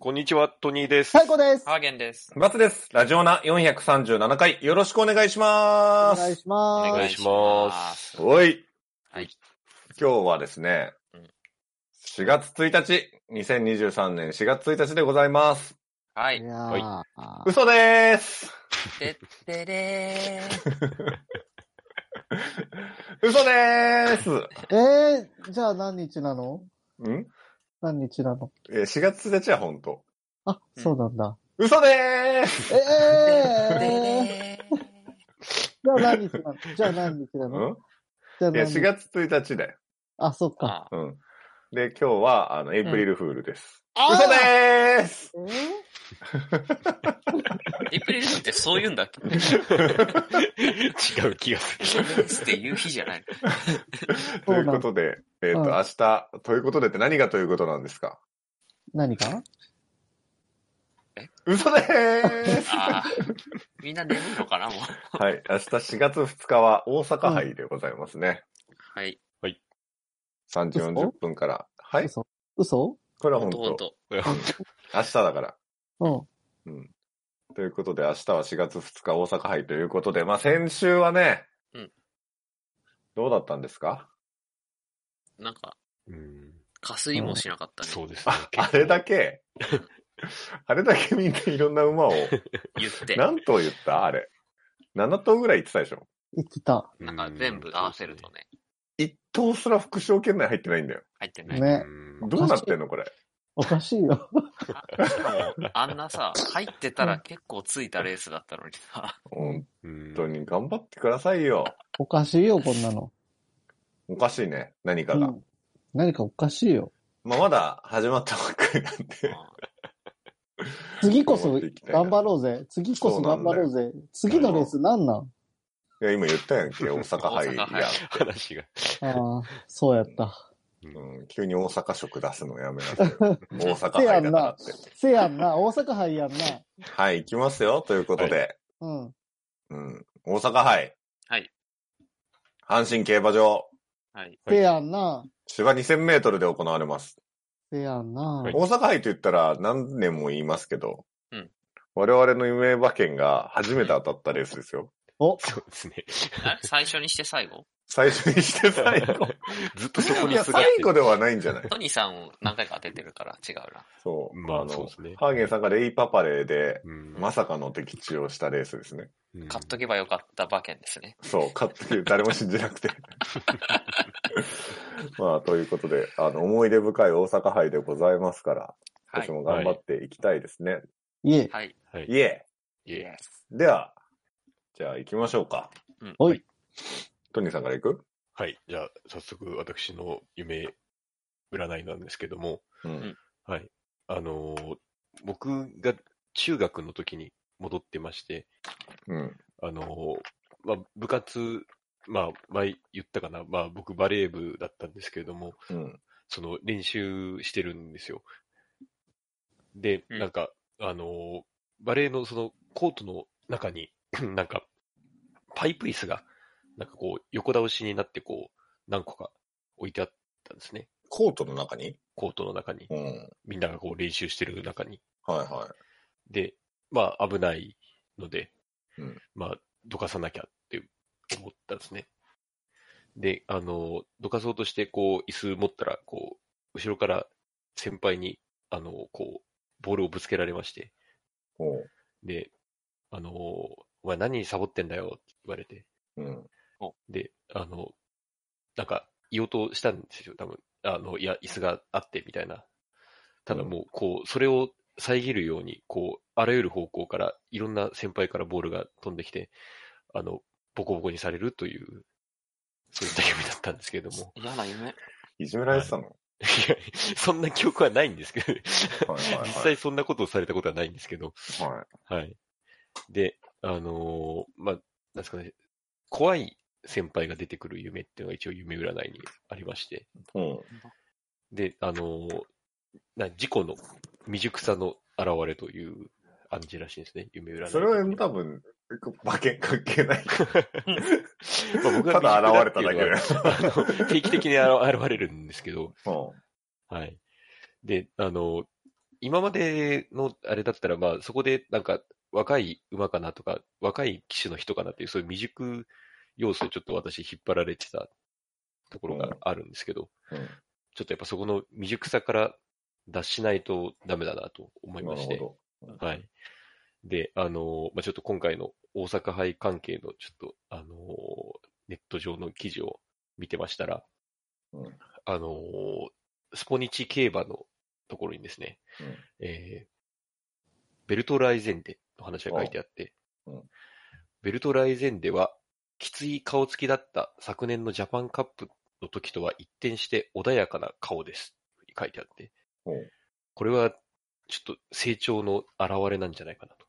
こんにちは、トニーです。最高です。ハーゲンです。。バツです。ラジオナ437回、よろしくお願いしまおーす。願いしまおす。願いしますおい。はい。今日はですねうん、 4月1日、2023年4月1日でございます。はいい。やー嘘でーす。てってれー。嘘でーす。えー、じゃあ何日なのん何日なのえー ?4 月1日は本当。あ、うんそうなん だ。嘘でーす。ええー、てじゃあ何日なのじゃあ何日なうのんじゃあいや、何日4月1日で。あ、そっか。あうん。で、今日は、あの、エイプリルフールです。あー嘘でーす。えーエイプリルフールってそう言うんだっけ違う気がすエイプリルフールって言う日じゃない。ということで、えっと、うん明日、ということでって何がということなんですか何か嘘で ーす。ああ。みんな眠いのかな、もう。はい。明日4月2日は大阪杯でございますね。はい。 3時40分から。はい。嘘嘘これはほん本とほん当。と。る。明日だから。うん。ということで、明日は4月2日大阪杯ということで、まあ先週はね、うんどうだったんですかなんか、うんかすりもしなかったね。そうですねあ。あれだけ、あれだけみんないろんな馬を、言って。な何頭言ったあれ。7頭ぐらい言ってたでしょ言ってた。うんか全部合わせると。ね、 1頭すら副賞圏内入ってないんだよ。入ってない。ね。うんどうなってんのこれ。おかしいよ。しかも、あんなさ、入ってたら結構ついたレースだったのにさ。本うん当に頑張ってくださいよ。おかしいよ、こんなの。おかしいね、何かうが。ん何かおかしいよ。まあまだ始まったばっかりなんで。次こそ頑張っていきたいな頑張ろうぜ。次こそ頑張ろうぜ。次のレース何なんいや、今言ったやんけ、大阪杯大阪杯や。話が。ああ、そうやった。うん、急に大阪食出すのやめなさい。大阪杯だからって。せやんな、 大阪杯やんな。はい、行きますよ、ということで。うん。うん、大阪杯。はい。阪神競馬場、はい。せやんな、芝2000メートルで行われます。せやんな。はい大阪杯と言ったら何年も言いますけど、うん我々の夢馬券が初めて当たったレースですよ。お、そうですね。 あれ最初にして最後最初にして最後。ずっとそこいにや、すがっ最て後ではないんじゃないトニーさんを何回か当ててるから違うな。そう。まああの、そうですねハーゲンさんがレイパパレーで、うんまさかの的中をしたレースですね。うん買っとけばよかった馬券ですね。そう、勝ってる誰も信じなくて。 まあ、ということで、あの、思い出深い大阪杯でございますから、は今い年。も頑張っていきたいですね。、いえ、はい。はいい。え。いえ。では、じゃあ行きましょうか。うんおい。トニーさんから行くはい。じゃあ、早速、私の夢、占いなんですけども、うんん。はい。あのー、僕が中学の時に戻ってまして、うん。あの、まあ、部活、まあ、前言ったかな、まあ、僕バレー部だったんですけれども、うん。その練習してるんですよ。で、うんなんか、あの、バレーのそのコートの中に、 なんか、パイプ椅子が、なんかこう、横倒しになってこう、何個か置いてあったんですね。コートの中にコートの中に。うん。みんながこう練習してる中に。はいはで、まあ、危ないので、うんまあ、どかさなきゃって思ったんですね。で、あの、どかそうとして、こう、椅子持ったら、こう、後ろから先輩に、あの、こう、ボールをぶつけられまして、い。おう。で、あの、お前何サボってんだよって言われて、うん。で、あの、なんか、言おうとしたんですよ、多分。あの、いや、椅子があって、みたいな。ただもう、こう、それを遮るように、こう、あらゆる方向から、いろんな先輩からボールが飛んできて、あの、ボコボコにされるという、そういった夢だったんですけれども。嫌な夢。いじめられてたの、いや、そんな記憶はないんですけど、はいはいはい実際そんなことをされたことはないんですけど、はい、はい。で、あのーまあ、なんですかね、怖い先輩が出てくる夢っていうのが一応夢占いにありまして、うん。で、あのーな事故の未熟さの現れという暗示らしいんですね、夢占い的に。それは多分、馬券関係ない。まあ 僕たがだ現未れただけだよ熟だっていうのはあの定期的に現れるんですけど、うん。はい。で、あの、今までのあれだったら、まあ、そこでなんか若い馬かなとか、若い騎手の人かなっていう、そういう未熟要素にちょっと私引っ張られてたところがあるんですけど、うんちょっとやっぱそこの未熟さから脱しないとダメだなと思いなまるしほて、ど。はい。で、あのーまあ、ちょっと今回の大阪杯関係のちょっと、あのーネット上の記事を見てましたら、うんあのースポニチ競馬のところにですね、うんえーベルトライゼンデの話が書いてあって、あうんベルトライゼンデは、きつい顔つきだった昨年のジャパンカップの時とは一転して穏やかな顔です。書いてあってほう、これはちょっと成長の表れなんじゃないかなと。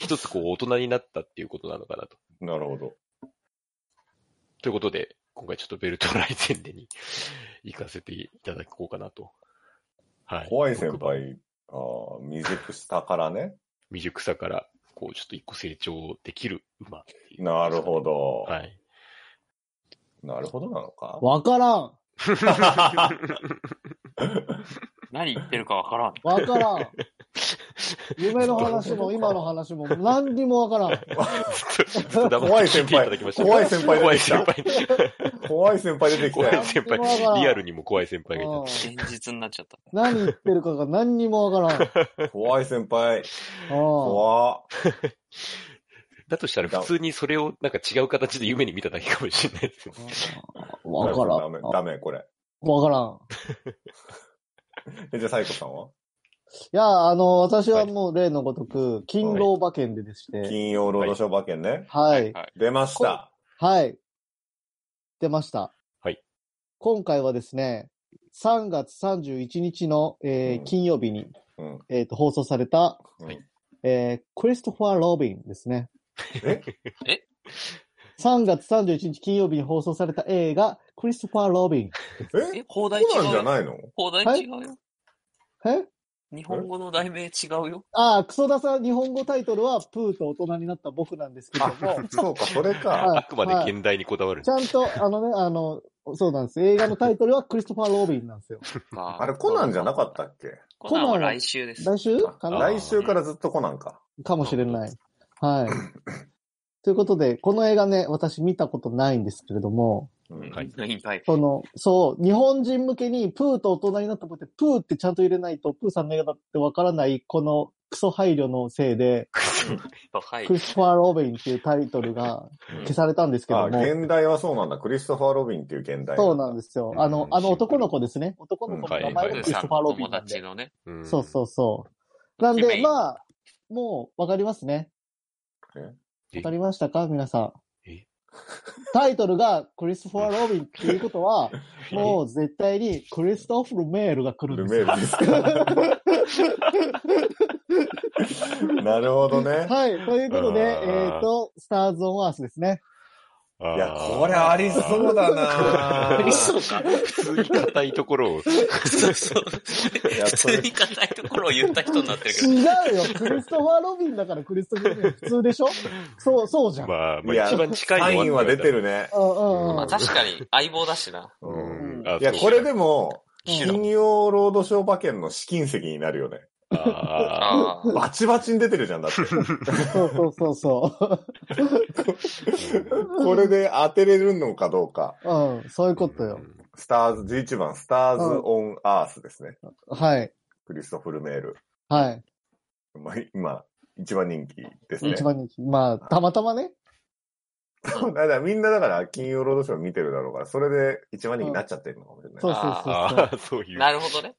一つこう大人になったっていうことなのかなと。なるほど。ということで、今回ちょっとベルトライゼンデに 行かせていただこうかなと。はい。怖い先輩、ああ、未熟したからね。未熟さから、こう、ちょっと一個成長できる馬っていう。なるほど。 はい。なるほどなのか。わからん。何言ってるかわからん。わからん。夢の話 も今の話も何にもわからん。ずっとずっと黙って聞いていただきました怖い先輩怖怖いい先先輩輩。 怖い先輩出てき怖たいよ。先怖い先輩輩。リアルにも怖い先輩がい。うん現実になっちゃった。何言ってるかが何にもわからん。うん怖い先輩。怖っただとしたら普通にそれをなんか違う形で夢に見ただけかもしれないですよね。わからダメ、ん。ダメ、これ。わからん。えじゃあ、サイコさんはいや、あの、私はもう例のごとく、勤労馬券ででして、金曜ロードショー馬券ね。はい、はい。出ました。はい、出ました。はい。今回はですね、3月31日の、えーうん金曜日に、うん。えーと放送された、はいえークリストファー・ロビンですね。え3月31日金曜日に放送された映画、クリストファー・ロビン。ええ、放題違コナンうじゃよ。ないの放題違うよ。え日本語の題名違うよ。ああ、クソダサ日本語タイトルは、プーと大人になった僕なんですけどあも、、そうか、それか。はいあくまで現代にこだわるんでちすゃんと、あのね、あの、そうなんです。映画のタイトルはクリストファー・ロビンなんですよ。まあれ、コナンじゃなかったっけコナンは来週です。来週あかな来週からずっとコナンか。かもしれない。はい。ということで、この映画ね、私見たことないんですけれども、うんはい委員会。その、そう、日本人向けに、プーと大人になった僕って、プーってちゃんと入れないと、プーさんの映画だってわからない、このクソ配慮のせいで、はいク。リストファー・ロビンっていうタイトルが消されたんですけあ、ども、現代はそうなんだ。クリストファー・ロビンっていう現代。そうなんですよ。あの、あのシンプル男の子ですね。男の子の名前うんはがいクリストファー・ロビン友なんで達。のね。うんそうそうそう。なんイケで、メンまあ、もうわかりますね。えわかりましたか皆さんえ。タイトルがクリストファー・ロビンっていうことは、えもう絶対にクリストフ・ルメールが来るルんメでールですか。なるほどねす。。はい。ということで、あーえっ、と、スターズ・オン・アースですね。いや、これありそうだなありそうか。普通に硬いところを。そうそう。いや普それ通に硬いところを言った人になってるけ違ど。うよ。クリストファー・ロビンだからクリストフ・ルメール普通でしょそう、そうじゃん。まあ、まいやあ、一番近いのサインは出てる。るね。うんうんまうまんあ。確かに相棒だしな。うん。うんあいや、そうこれでも、うん金曜ロードショー馬券の試金石になるよね。あああ。バチバチに出てるじゃん、だって。そうそうそうそー これで当てれるのかどうか。う。うん、そういうことよ。。スターズ、11番、スターズ・オン・アースですね。はい。クリストフル・メール。はい。まあ、今、一番人気ですね一。番人気。まあ、たまたまね。だからみんなだから金曜ロードショー見てるだろうから、それで一番人気になっちゃってるのかもしれない。そうそうそうそうあ。あ、そういう。なるほどね。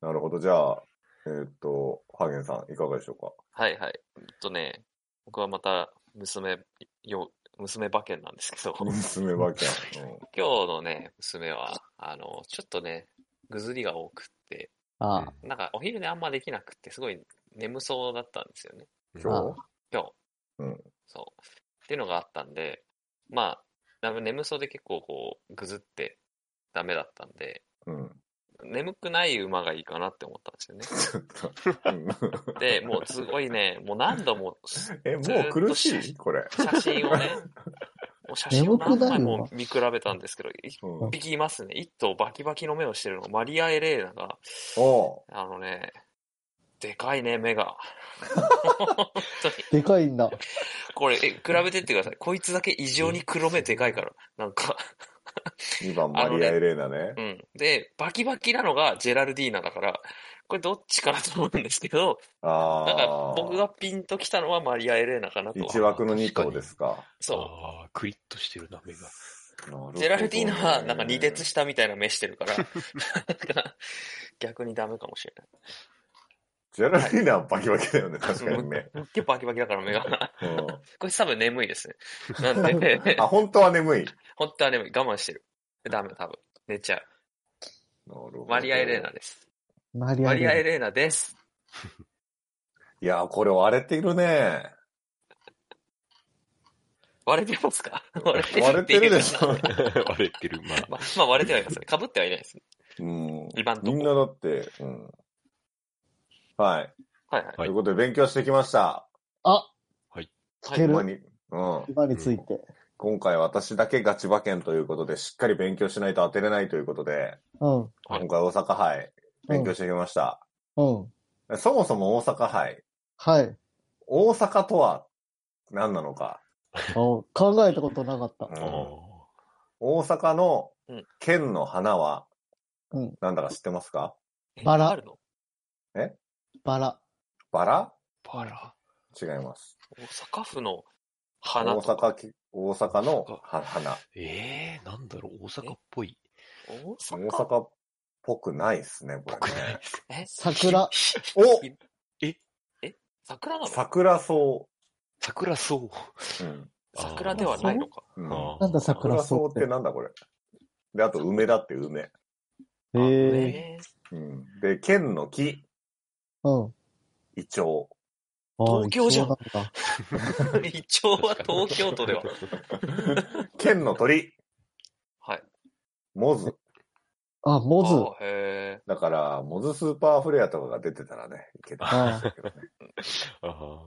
なるほど。じゃあ、えーっと、ハーゲンさん、いかがでしょうかはいはい。えっとね、僕はまた娘、よ、娘馬券なんですけど、今娘馬券。うん日のね、娘は、あの、ちょっとね、ぐずりが多くって、ああなんかお昼寝あんまできなくって、すごい眠そうだったんですよね。今今日。うんそう。っていうのがあったんで、まあ、だいぶ眠そうで結構こう、ぐずってダメだったんで、日うん。眠くない馬がいいかなって思ったんですよね。ちょっと。うん で、もうすごいね、もう何度もえ、もう苦しいこれ。写真をね、もう写真を何眠くな枚るわも見比べたんですけど、一うん、匹いますね。一頭バキバキの目をしてるのが、マリア・エレーナが、おうあのね、でかいね、目が。でかいんだ。これ、え、比べてってください。こいつだけ異常に黒目でかいから。なんか、 2番マリア・エレーナねう。ん。で、バキバキなのがジェラルディーナだから、これどっちかなと思うんですけど、なんかああ。僕がピンときたのはマリア・エレーナかなと。 1枠の2頭ですか。そう。ああ、クリッとしてるな、目 が。ジェラルディーナはなんか二徹したみたいな目してるから、なんか逆にダメかもしれない。ジェラルディーナはバキバキ だよね、確かにね。すっげえバキバキだから目 が。うこいつ多分眠いですね。なんで、 ん、あ、本当は眠い。なる本当は眠い。我慢してる。ダメ、多分。寝ちゃう。ほどマリア・エレーナ。です。マリアマエリア・エレレーナです。いや、これ割れてい るね。割れてますか割れて割れてるでしょ。ょ。割れてる、まあ。まあ、 まあ割れてはいますね。被ってはいないですね。うん。二番とこみんなだって、うん。はい。はいはい。はといいうことで勉強してきました。あ、聞けほんるまに。うん。今について。今回私だけガチ馬券ということで、しっかり勉強しないと当てれないということで、うん。うん。はい今回大阪杯、勉強してきました。うん。そもそも大阪杯、はい。大阪とは何なのか、お考えたことなかった。うんあ大阪のうん県の花はうん、なんだか知ってますかバラあるのバラ。バラあ。パラ。違います。大阪府の大花とか。阪き、大阪のは花。ええー、なんだろう、大阪っぽい。大大阪阪っぽくないですね、こぽれくねないえ 桜。お桜なの桜草。桜草。うん桜ではないのか。うんあーなんだ桜桜草草っってて。なんだこれ。で、あと梅だって梅。えええうんで、県の木、うん。イチョあ東京じゃん一応なんだー。一応は 東京都では。ウ。県の鳥、はい。モズ。あ、モズ。あーへだから、モズスーパーフレアとかが出てたらね、いけたんですけどね。ああ。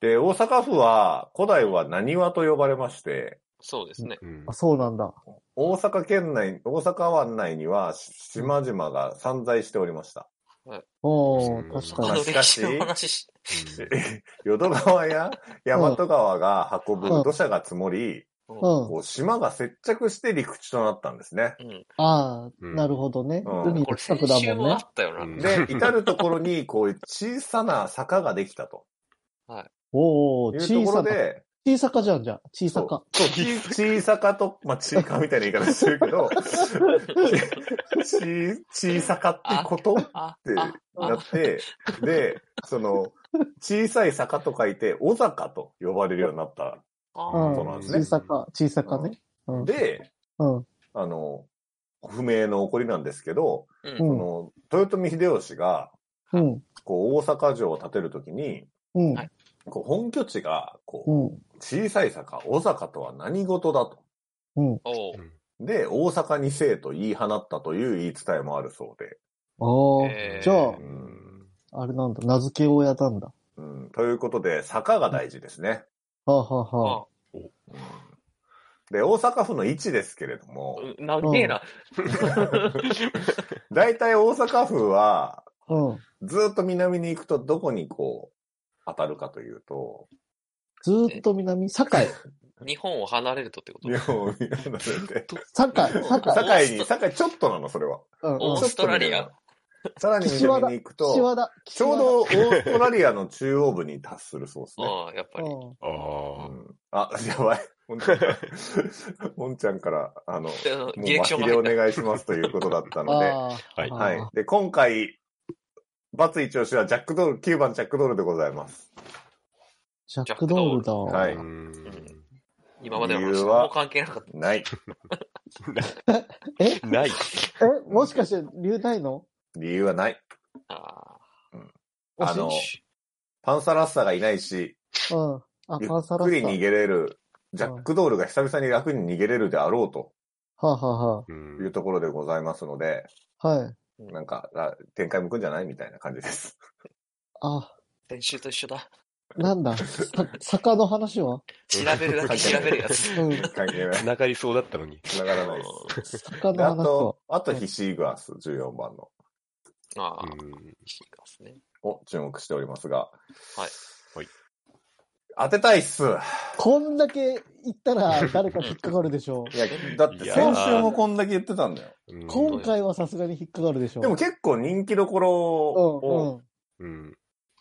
で、大阪府は、古代は何和と呼ばれまして、ーそうですね。うんあ、。そうなんだ。大阪県内、大阪湾内には島々が散在しておりました。おうんー、確あかのに。し歴かし史の話し、 淀川や大和川が運ぶ土砂が積もり、うんううんん。こう島が接着して陸地となったんですね。ああ、うんなるほどね。うん海この近れ先くだ週もんもあね。ったよな。うんで、至るところに、こう、小さな坂ができたとおおいうと小こさろな。で、小さかじゃんじゃん。小さか。そう、ち小さかと、まあ、ちいかみたいな言い方してるけど、ち、小さかってことっあ、てあ、なって、で、その、小さい坂と書いて、小坂と呼ばれるようになった。あうーんそうなんですね小さか、小さかね。うん。で、うん。あの、不明の起こりなんですけど、うんうんその、豊臣秀吉が、うん。こう、大阪城を建てるときに、うんはい。こう本拠地が、こうう、ん。小さい坂、小坂とは何事だと。うん。おうで、大阪にせえと言い放ったという言い伝えもあるそうで。ああ、えーじゃうんあ、あれなんだ。名付け親なんだ。うん、ということで、坂が大事ですね。はあ、はあ、はあ。あうんで、大阪府の位置ですけれど も、うん長えな。大体大阪府は、うん。ずっと南に行くとどこにこう、当たるかというと、ずーっと南、堺。日本を離れるとってこと日本を見離れて。堺、堺。堺に、堺ちょっとなの、それは。うんオうーん。ストラリア。さらに南に行く岸と、和田。ちょうどオーストラリアの中央部に達するそうですね。ああ、やっぱり。ど。ああう。んあ、やばい。もんちゃんから、もんちゃんからあの、もであのうディレクション巻きが入っでおた。願いしますということだったうん。ので、ああ。はいあはーい。で、今回、バツイチ押しはジャックドール、9番ジャックドールでございます。ジャックドールだ。はいうん今までの理話由はもう関係なかっない。えない。えもしかして、理由ないの理由はない。た。ああの、パンサーラッサがいないし、うん。あ、ゆパンサっラくッりサ。逃げれる、ジャックドールが久々に楽に逃げれるであろうとはあ、はあはういうんところでございますので、あ、はい。なん か、あ展開向くんじゃないみたいな感じです。あ、練習と一緒だ。なんだ、さ坂の話は調べるだけ調べるやつ。うん、関係ない。繋がりそうだったのに。繋がらないで 坂す。でのあ話はと、あとヒシーグアス、14番の。ああ、うん。シーガースね。を注目しておりますが。はい。はい。当てたいっす。こんだけ言ったら誰か引っかかるでし ょいや、だっていや先週もこんだけ言ってたんだよ。うんう。今回はさすがに引っかかるでしょう。でも結構人気どころうん、を、ううん。ん。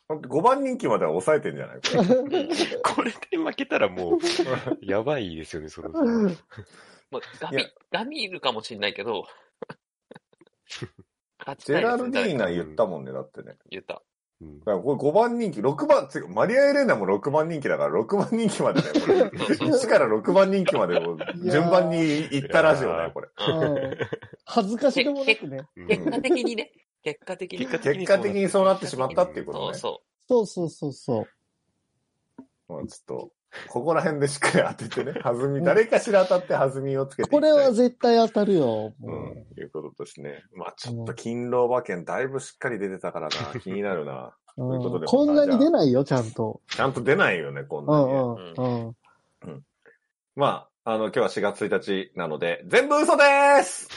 5番人気までは抑えてんじゃないこれこれで負けたらもう、やばいですよね、そろそろ。まあ、ガミいや、ガミいるかもしれないけど、勝ちジたェいでラすルねディ誰かーナ言ったもんね、だってね。言った。うんだからこれ5番人気、6番、違うマリア・エレーナも6番人気だから、6番人気までだよ、これ。そう そう1から6番人気までを順番に行ったラジオだよ、これ。うんうん恥ずかしでもなくね。うん結果的にね、結果的に。結結果的にそうなってしまったっていうこそとうね。そそうそうそうそう。まあちょっと、ここら辺でしっかり当ててね、弾み、誰かしら当たって弾みをつけていきたこいれは絶対当たるよ。うん、いうことですね。まあちょっと勤労馬券だいぶしっかり出てたから な、気になるな。うんということでこんなに出ないよ、ちゃんと。ちゃんと出ないよね、こんうなに。んうんうん。まあ、あの、今日は4月1日なので、全部嘘でーす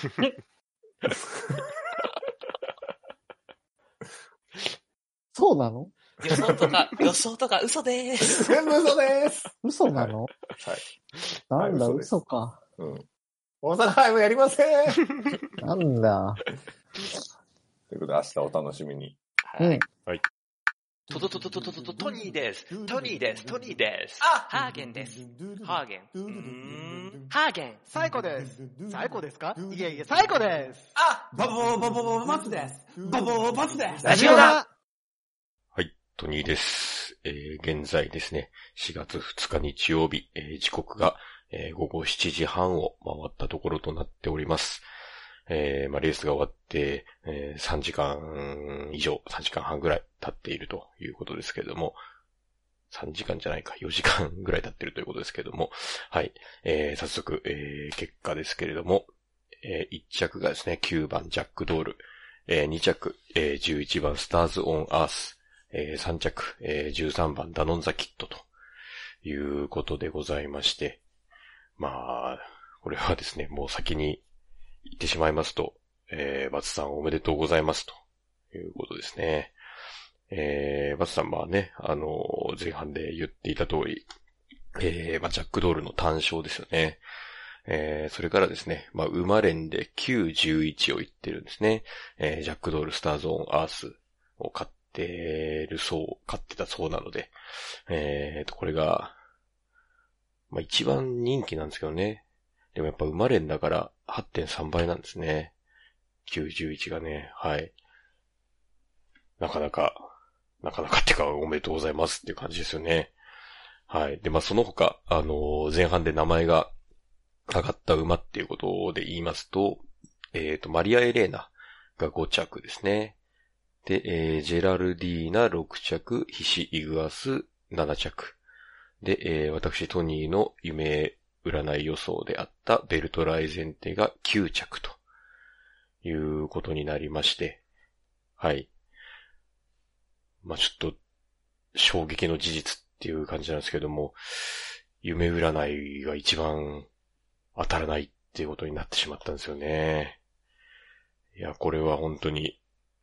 そうなのう。予想とか、予想とか嘘でーす。 全部嘘でーす嘘な のはいなんだ、はい嘘です嘘か。うん。大阪ハイムやりませんというなんだ。ことで、明日お楽しみに。うはんい。。トトトトトトトトトニーです。トニーです。トニーです。あ、ハーゲンです。ハーゲン。うーんハーゲン。最高です。最高ですかいえいえ、最高です。あバボーバボーバツですバボーバツですラジオだトニーです。えー現在ですね、4月2日日曜日、えー時刻が、えー午後7時半を回ったところとなっております。えーまあ、レースが終わって、えー3時間以上、3時間半ぐらい経っているということですけれども、3時間じゃないか、4時間ぐらい経っているということですけれども、はい。えー早速、えー結果ですけれども、え1着がですね、9番ジャックドール、え2着、えー11番スターズ・オン・アース、えー3着、えー13番ダノンザキットということでございまして、まあ、これはですね、もう先に言ってしまいますと、えーバツさんおめでとうございますということですね。えーバツさんはね、あのー前半で言っていた通り、えーまあ、ジャックドールの単勝ですよね。えーそれからですね、まあ、馬連で9、11を言ってるんですね。えージャックドール、スターゾーン、アース、を買ってるそう、買ってたそうなので、えーと、これが、まあ一番人気なんですけどね。でもやっぱ生まれんだから8.3倍なんですね。91がね、はい。なかなか、なかなかってかおめでとうございますっていう感じですよね。はい。で、まあその他、あのー前半で名前が上がった馬っていうことで言いますと、えーと、マリア・エレーナが5着ですね。で、えージェラルディーナ6着、ヒシ・イグアス7着。で、えー私トニーの夢占い予想であったベルトライゼンテが9着ということになりまして、はい。まあ、ちょっと、衝撃の事実っていう感じなんですけども、夢占いが一番当たらないっていうことになってしまったんですよね。いや、これは本当に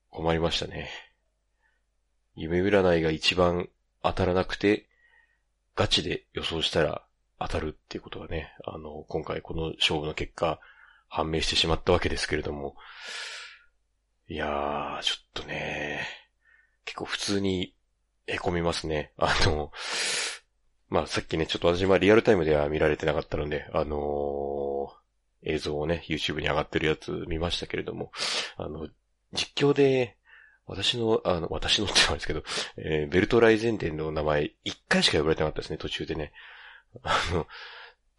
困りましたね。夢占いが一番当たらなくて、ガチで予想したら当たるっていうことがね、あの、今回この勝負の結果、判明してしまったわけですけれども、いやー、ちょっとね、結構普通に凹みますね。あの、まあ、さっきね、ちょっと私はリアルタイムでは見られてなかったので、あのー映像をね、YouTube に上がってるやつ見ましたけれども、あの、実況で、私の、あの、私のって言うんですけど、えーベルトライゼンテンの名前、一回しか呼ばれてなかったですね、途中でね。あの、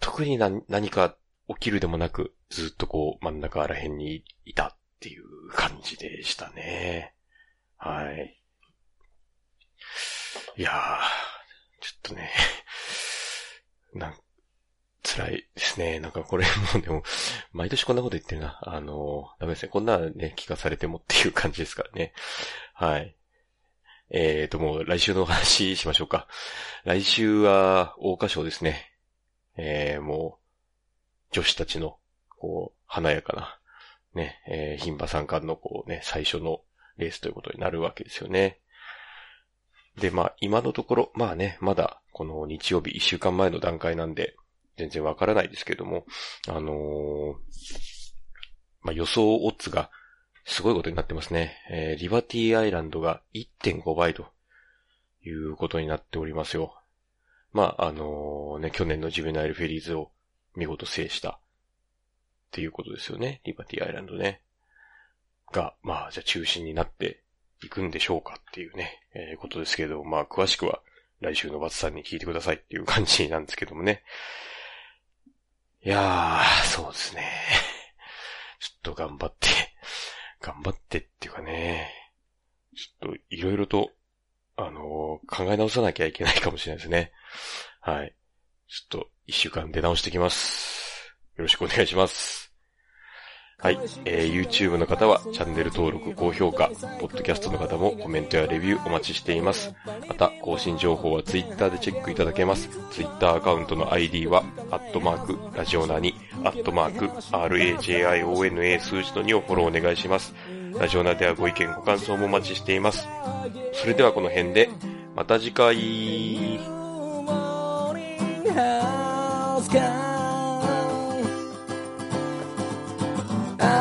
特に何何か起きるでもなく、ずっとこう、真ん中ら辺にいたっていう感じでしたね。はい。いやー、ちょっとね、 なん、辛いですね。なんかこれもうでも、毎年こんなこと言ってるな。あの、ダメですね。こんなね、聞かされてもっていう感じですからね。はい。えーと、もう来週の話しましょうか。来週は、桜花賞ですね。えー、もう、女子たちの、こう、華やかな、ね、えー、牝馬三冠の、こうね、最初のレースということになるわけですよね。で、まあ、今のところ、まあね、まだ、この日曜日、一週間前の段階なんで、全然わからないですけども、あのーまあ、予想オッズが、すごいことになってますね。えーリバティアイランドが1.5倍ということになっておりますよ。まあ、あのね、去年のジュベナイルフェリーズを見事制したっていうことですよね。リバティアイランドね。が、まあ、じゃあ中心になっていくんでしょうかっていうね、えーことですけれども、まあ、詳しくは来週のバツさんに聞いてくださいっていう感じなんですけどもね。いやー、そうですね。ちょっと頑張って、頑張ってっていうかね、ちょっといろいろと、あのー考え直さなきゃいけないかもしれないですね。はい。ちょっと一週間出直してきます。よろしくお願いします。はい。えー YouTube の方はチャンネル登録、高評価、Podcast の方もコメントやレビューお待ちしています。また、更新情報は Twitter でチェックいただけます。Twitter アカウントの ID は、アットマーク、ラジオナに、アットマーク、RAJIONA 数字の2をフォローお願いします。ラジオナではご意見、ご感想もお待ちしています。それではこの辺で、また次回。 Morning House Call